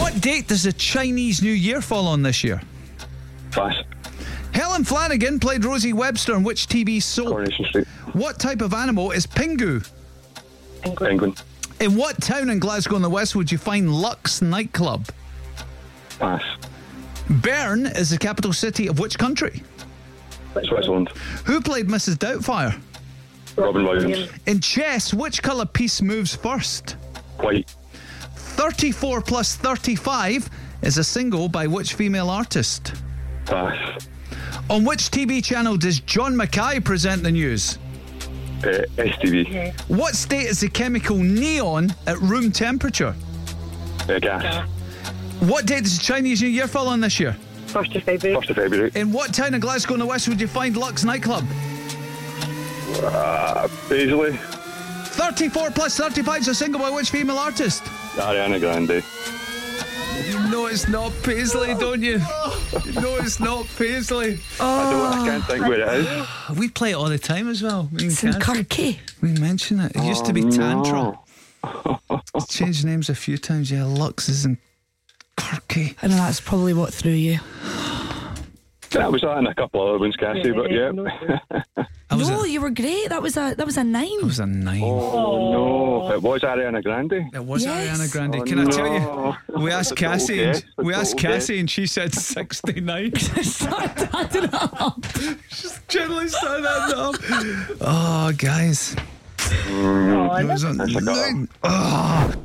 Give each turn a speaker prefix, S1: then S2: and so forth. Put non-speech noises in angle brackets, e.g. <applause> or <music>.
S1: What date does the Chinese New Year fall on this year?
S2: Pass.
S1: Helen Flanagan played Rosie Webster on which TV soap?
S2: Coronation Street.
S1: What type of animal is Pingu?
S3: Penguin.
S2: Penguin.
S1: In what town in Glasgow in the West would you find Lux nightclub?
S2: Pass.
S1: Bern is the capital city of which country?
S2: Switzerland.
S1: Who played Mrs. Doubtfire?
S2: Robin Williams.
S3: Williams.
S1: In chess, which colour piece moves first?
S2: White.
S1: 34 plus 35 is a single by which female artist?
S2: Pass.
S1: On which TV channel does John Mackay present the news?
S2: Uh, STV.
S1: What state is the chemical neon at room temperature?
S2: Uh, gas.
S1: What date does Chinese New Year fall on this year?
S3: First of February.
S2: 1st of February.
S1: In what town in Glasgow in the West would you find Lux nightclub?
S2: Paisley.
S1: 34 plus 35 is a single by which female artist?
S2: Ariana Grande.
S1: No, it's not Paisley, don't you? No, it's not Paisley.
S2: I, don't, I can't think where it is.
S1: We play it all the time as well. Me and
S4: It's in
S1: Kath.
S4: Kirky.
S1: We mention it. It used to be Tantra.
S2: Oh, No.
S1: It's Changed names a few times. Yeah, Lux is in Kirky.
S4: I know that's probably what threw you.
S2: That was that and a couple other ones, Cassie, but yeah.
S1: I was,
S4: No,
S1: a,
S4: you were great. That was a that was a
S1: I
S4: nine. <laughs>
S1: was a nine.
S2: <laughs> Oh, no. It was Ariana Grande.
S1: It was
S4: Yes.
S1: Ariana Grande.
S2: Oh,
S1: Can I tell you?
S2: no.
S1: We asked
S2: That's a total
S1: Cassie. And,
S2: guess.
S1: we
S2: That's a
S1: asked
S2: total guess.
S1: Cassie, and she said sixty-nine. <laughs>
S4: Start adding up.
S1: Generally, started that up. Oh, guys.
S3: Oh,
S1: It was
S3: that's
S1: on
S2: forgot.
S1: nine. Oh.